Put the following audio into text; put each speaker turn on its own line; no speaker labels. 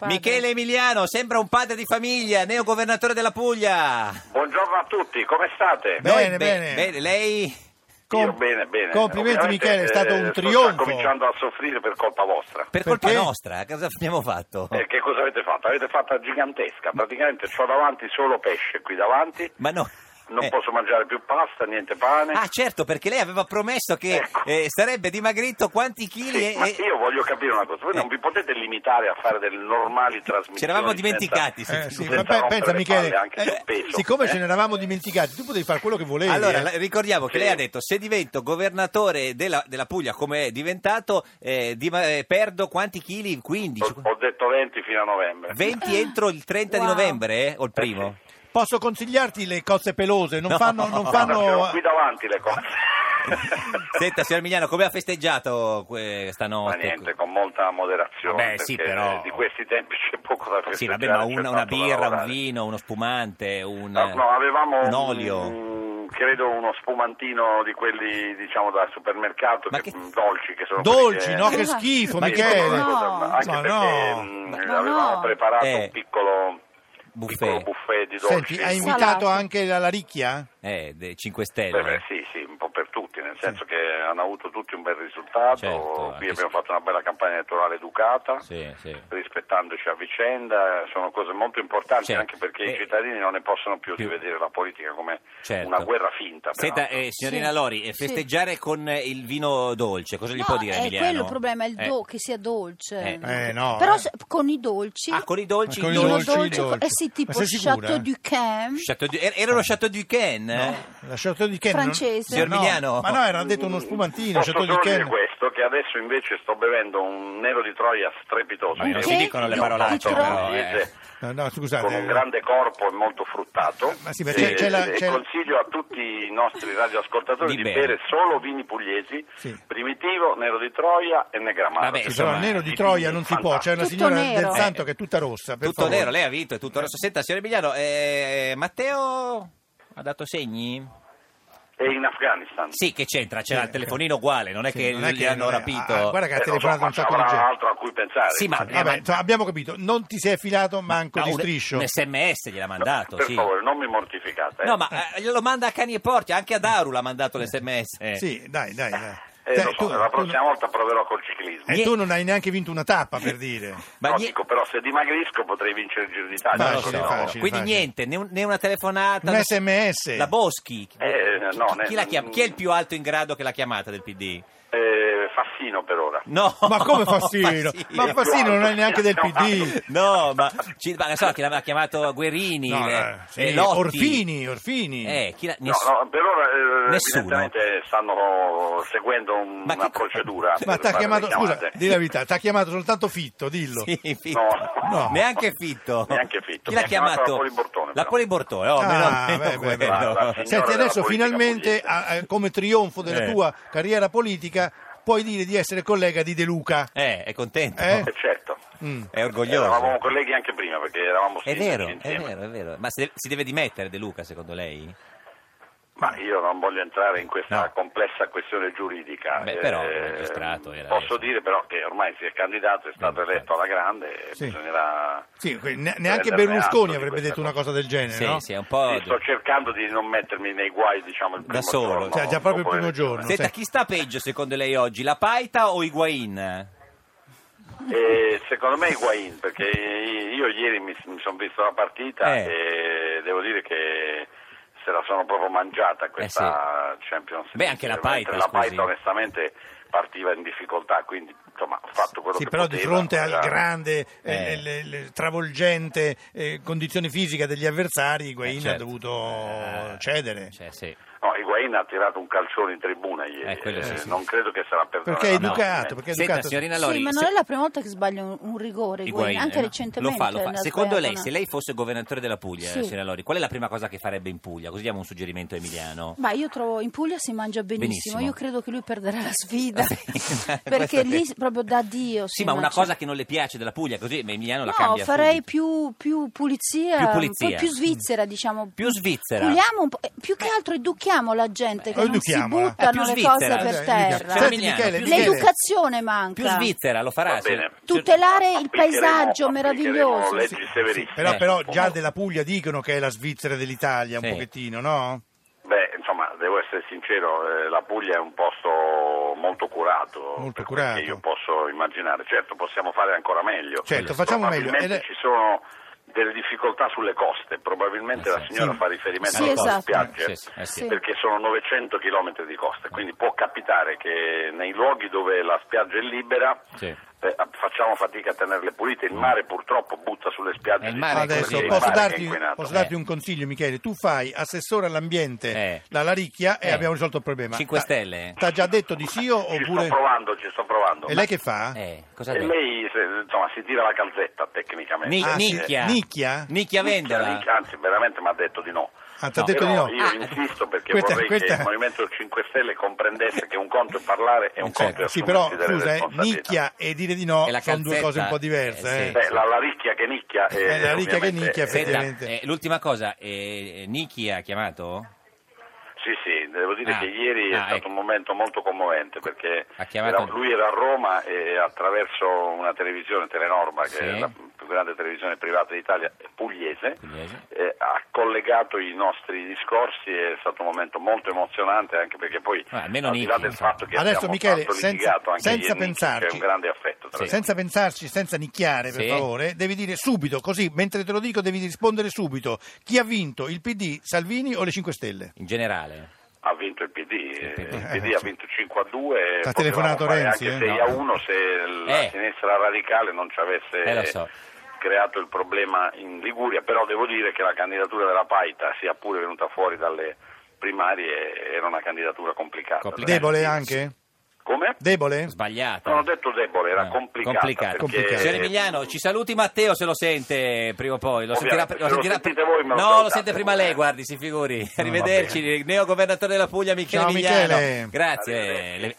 Padre.
Michele Emiliano, sembra un padre di famiglia, neo governatore della Puglia.
Buongiorno a tutti, come state?
Noi
Bene,
be-
bene.
Lei?
Io bene, bene.
Complimenti
Ovviamente,
Michele, è stato un
eh, sto già
trionfo.
cominciando a soffrire per colpa vostra.
Per
Perché?
colpa nostra, eh, cosa abbiamo fatto?
Oh.
Eh, che cosa avete fatto? Avete fatta gigantesca, praticamente ho davanti solo pesce qui davanti,
Ma no.
non
eh,
posso mangiare più pasta, niente pane.
Ah certo, perché lei aveva promesso che
Ecco.
eh, sarebbe dimagrito quanti chili
Sì,
e-
ma
e...
io voglio capire una cosa, voi
eh.
non vi potete limitare a fare delle normali trasmissioni.
Ci eravamo
senza-
dimenticati, sì.
Eh, sì,
senza
ma pe-
rompere
pensa
le
Michele,
palle anche sul
eh,
peso,
siccome
eh.
ce ne eravamo dimenticati, tu potevi fare quello che volevi.
Allora,
eh.
la- ricordiamo che
Sì.
lei ha detto se divento governatore della, della Puglia come è diventato, eh, di- eh, perdo quanti chili? 15?
Ho, ho detto 20 fino a novembre.
20 entro il 30 di
Ah. Wow.
novembre eh, o il primo?
Posso consigliarti le cozze pelose, non
No.
fanno...
No,
Non
Guarda, ce l'ho
fanno... Ah.
qui davanti le cose.
Senta, signor Migliano, come ha festeggiato que-
Ma
stanotte?
niente, con molta moderazione.
Vabbè, sì,
perché
però-
Di questi tempi c'è poco da festeggiare.
Sì, vabbè, ma
c'è
una,
tanto
una
da
birra, un
lavorare.
vino, uno spumante, un,
No, no, avevamo
un olio.
mm, credo uno spumantino di quelli, diciamo, da supermercato,
Ma
che-
che-
dolci che sono
Dolci,
quelli
no? Che
Eh,
schifo,
ma-
Michele.
no.
Anche
Ma
perché
no.
mm,
no.
avevamo preparato
Eh.
un piccolo
Buffet.
piccolo buffet di dolci.
Senti, hai
Salato.
invitato anche la Laricchia?
Eh, de- 5
Beh,
Stelle. eh.
beh, sì, sì, un po' per tutti, nel senso che hanno avuto tutti un bel risultato,
Certo,
qui
anche
abbiamo
se-
fatto una bella campagna elettorale educata,
Sì, sì.
rispettandoci a vicenda, sono cose molto importanti
Certo.
anche perché
Eh,
i cittadini non ne possono più,
più.
di vedere la politica come
Certo.
una guerra finta.
Senta,
peraltro.
eh, signorina
Sì,
Lori, eh,
sì.
festeggiare con eh, il vino dolce, cosa
No,
gli può dire
è
Emiliano?
quello il problema, è il
Eh,
do- che sia dolce.
Eh.
Eh, no,
Però
eh.
se- con i dolci,
Ah, con i dolci,
Con i
vino
dolci.
dolci, i dolci.
eh sì, tipo
Ma sei sicura?
Chateau du Cam.
Chateau du- er-
Ah.
Era lo Chateau du Ken?
La Chateau di Ken?
Francese.
Eh. Signor Migliano.
Ma no, era detto uno spumantino, cioè,
Posso
Chateau di
solo dire
Ken.
questo, che adesso invece sto bevendo un nero di Troia strepitoso.
Ma non
che-
si dicono le
che-
parolacce,
che-
però, eh.
No, no, scusate.
Con un grande corpo e molto fruttato.
Eh, Ma sì, ma c'è-
E-
c'è la-
e
c'è-
Consiglio a tutti i nostri radioascoltatori
Di
di,
bere.
bere solo vini pugliesi,
Sì.
Primitivo, Nero di Troia e Negramaro.
Vabbè,
Sì, però
Insomma,
nero di Troia non si può, cioè- c'è una
Tutto
signora
nero.
del santo
Eh,
che è tutta rossa. Per
Tutto
favore.
nero, lei ha vinto, è tutto rosso. Senta, signor Emiliano, eh, Matteo ha dato segni?
E in Afghanistan.
Sì, che c'entra, c'era il telefonino uguale, non è
Eh, Sì,
che
non è
gli hanno
non è-
rapito.
ah, guarda che
Eh,
ha
lo so,
telefonato
ma
un sacco di
avrà
gente.
altro a cui pensare.
Sì, ma, eh,
Vabbè,
ma-
insomma, abbiamo capito, non ti sei affilato manco
ma
di
Ah, un-
striscio.
Un sms gliel'ha mandato,
per
sì.
favore, non mi mortificate. eh.
No, ma eh, glielo manda a cani e porci, anche a Daru l'ha mandato l'SMS.
Eh. Sì, dai, dai, dai.
Eh,
Dai,
lo so,
tu-
la
tu-
prossima volta proverò col ciclismo.
e tu non hai neanche vinto una tappa, per dire.
Eh, Ma
No,
nie-
dico, però se dimagrisco potrei vincere il Giro d'Italia.
non
Facile,
lo so.
facile,
Quindi
facile.
niente, né, un- né una telefonata.
Un
no-
SMS.
La Boschi.
Eh, no,
chi,
ne-
chi la chiama? Chi è il più alto in grado che l'ha chiamata del PD?
Eh, Fassino per ora.
No.
Ma come Fassino?
Fassino.
Ma Fassino non è neanche del PD.
No, ma, ci, ma non so, chi l'aveva chiamato Guerini,
No,
eh,
eh, sì,
eh, Lotti.
Orfini, Orfini.
Eh, chi la-
No,
ness-
no, per ora eh,
Nessuno.
evidentemente stanno seguendo un-
Ma che
una
co-
procedura.
Ma
per
ti ha
fare
chiamato,
le
scusa,
chiamate.
di la verità, ti ha chiamato soltanto Fitto, dillo.
Sì, Fitto.
No,
No.
Neanche Fitto.
Neanche Fitto.
Chi l'ha
Mi ha chiamato
chiamato?
la
La
Polibortone, però.
Polibortone, oh,
Ah,
meno,
beh,
meno
beh, beh.
quello.
Guarda, signora
Senti,
della
adesso
politica
finalmente,
pugliese.
a- a- come trionfo della
Eh.
tua carriera politica, puoi dire di essere collega di De Luca.
Eh, è contento?
Eh?
Eh, certo.
Mm.
È
Eravamo
orgoglioso.
colleghi anche prima perché eravamo
È
sindaci
vero, è
insieme.
vero, è vero. Ma si deve, si deve dimettere De Luca, secondo lei?
Ma io non voglio entrare in questa
No.
complessa questione giuridica. Eh,
Beh, però, magistrato era
posso
adesso.
dire però che ormai si è candidato, è stato
Sì.
eletto alla grande e
Sì.
bisognerà...
Sì, que- ne-
prenderne
neanche
atto
Berlusconi
di
avrebbe
questa
detto una
cosa.
cosa del genere,
Sì,
no?
sì, è un po'...
Sì, sto cercando di non mettermi nei guai, diciamo, il
Da
primo
solo.
giorno
Cioè, già proprio
dopo
il
le
primo
elezioni.
giorno.
Senta,
Sì.
chi sta peggio secondo lei oggi, la Paita o Higuain?
Eh, secondo me Higuain, perché io ieri mi, sono visto la partita
Eh.
e devo dire che se la sono proprio mangiata questa Champions League.
Eh Beh, anche la Paita,
Veramente, La
scusi.
Paita onestamente partiva in difficoltà, quindi insomma ha fatto quello
Sì,
che
però di
poteva.
fronte al
Era-
grande, eh,
Eh.
le- le- le travolgente eh, condizione fisica degli avversari, Higuain
Eh, certo.
ha dovuto
Eh,
cedere.
Cioè, sì.
No, Higuain ha tirato un calcione in tribuna ieri,
Eh, quello sì,
eh,
sì.
non credo che sarà perdonato.
Perché è
no,
educato,
eh.
perché è
Senta,
educato.
signorina
Sì,
Lori...
ma non
se-
è la prima volta che sbaglia un, un rigore, Higuain,
Higuain,
anche
eh, no?
recentemente.
Lo fa, lo fa.
ne ha
Secondo
sbagliato
lei,
una.
se lei fosse governatore della Puglia,
Sì.
signora Lori, qual è la prima cosa che farebbe in Puglia? Così diamo un suggerimento a Emiliano.
Ma io trovo in Puglia si mangia benissimo,
Benissimo.
io credo che lui perderà la sfida,
Questa
perché
è-
lì proprio da Dio si
Sì, ma una
mangia.
cosa che non le piace della Puglia, così Emiliano la
No,
cambia
farei
subito.
più, più pulizia,
Più pulizia.
un po' più svizzera, diciamo.
Più svizzera.
Puliamo un po', eh, più che altro educhiamo la la gente che non si
educhiamola.
Eh,
buttano
più
le
Svizzera.
cose per
Eh,
terra.
Senti,
Cioè, Emiliano,
Michele,
più
Michele,
L'educazione manca.
Più Svizzera, lo farà.
Va bene.
signor-
Tutelare il
Applicheremo-
paesaggio
applicheremo
meraviglioso.
leggi
sì,
severissime.
però,
Eh.
però già della Puglia dicono che è la Svizzera dell'Italia un
Sì.
pochettino, no?
Beh, insomma, devo essere sincero, eh, la Puglia è un posto molto curato,
Molto
per
curato.
quel che io posso immaginare. Certo, possiamo fare ancora meglio.
Certo, facciamo meglio.
probabilmente
Ed è-
ci sono delle difficoltà sulle coste, probabilmente
Eh,
la signora
sì.
fa riferimento
Sì,
alle
esatto.
spiagge.
Eh, sì, eh, sì.
Sì.
Perché sono 900 km di coste, quindi può capitare che nei luoghi dove la spiaggia è libera
Sì.
eh, facciamo fatica a tenerle pulite. Il mare purtroppo butta sulle spiagge.
Eh, il
di
mare è
tutti,
così,
Adesso
perché il
posso
mare è
darti,
inquinato.
posso darti
Eh.
un consiglio, Michele. Tu fai assessore all'ambiente
Eh.
la Laricchia e
Eh.
abbiamo risolto il problema.
Cinque
Ta-
Stelle.
T'ha già detto di sì o-
Ci
oppure.
sto provando, ci sto provando.
E lei che fa?
Eh, cosa
E
dice?
lei se- insomma, si tira la calzetta tecnicamente.
Ni-
Ah, sì.
nicchia.
Nicchia?
Nicchia Vendola.
Anzi, Anzi, veramente mi ha detto di no.
Ah, t'ha
No,
detto di
Però
no.
io insisto perché
Questa-
vorrei che
questa-
il Movimento 5 Stelle comprendesse che un conto è parlare e un
Certo.
conto è
Cioè, Sì, però
assumersi delle
scusa, eh,
responsabilità.
nicchia e dire di no
E la
sono due
calzetta,
cose un po' diverse.
eh,
eh.
sì.
Beh, la, la ricchia che nicchia. eh,
Eh, la ricchia che
ovviamente,
nicchia,
eh,
Senta,
Effettivamente.
eh, l'ultima cosa, eh, Niki ha chiamato?
Sì, sì, devo dire
Ah.
che ieri
Ah,
è stato
ecco.
un momento molto commovente perché
Ha chiamato-
era- lui era a Roma e attraverso una televisione, Telenorma, che
Sì.
è la più grande televisione privata d'Italia, è pugliese,
Pugliese.
eh, ha collegato i nostri discorsi, è stato un momento molto emozionante anche perché poi
Ah, almeno
al di là
Nichi,
del
insomma.
fatto che
Adesso,
abbiamo
Michele,
tanto
senza-
litigato anche
senza
ieri,
pensarci.
c'è un grande affetto. tra
Sì.
i due.
Senza pensarci, senza nicchiare, per
Sì.
favore, devi dire subito, così mentre te lo dico devi rispondere subito. Chi ha vinto, il PD, Salvini o le 5 Stelle?
In generale.
Ha vinto il PD, eh,
PD.
il PD ha vinto 5 a 2.
T'ha telefonato Renzi,
Anche
eh?
6
No.
a 1 se la
Eh.
sinistra radicale non ci avesse
Eh, lo so.
creato il problema in Liguria, però devo dire che la candidatura della Paita sia pure venuta fuori dalle primarie era una candidatura complicata.
Complicata.
Debole anche?
Come?
Debole?
Sbagliato.
Non ho detto debole, era
No,
Ah, Eh, complicata.
complicato.
perché-
Complicato.
Signor Emiliano, ci saluti Matteo se lo sente prima o poi. Lo sentirà,
Ovviamente, se lo
sentirà-
sentite voi, me
no,
lo
lo
salutate,
sente prima
vabbè.
lei, guardi, si figuri. Arrivederci, neo governatore della Puglia Michele
Ciao,
Emiliano.
Michele.
Grazie.
Arrivederci.
Le-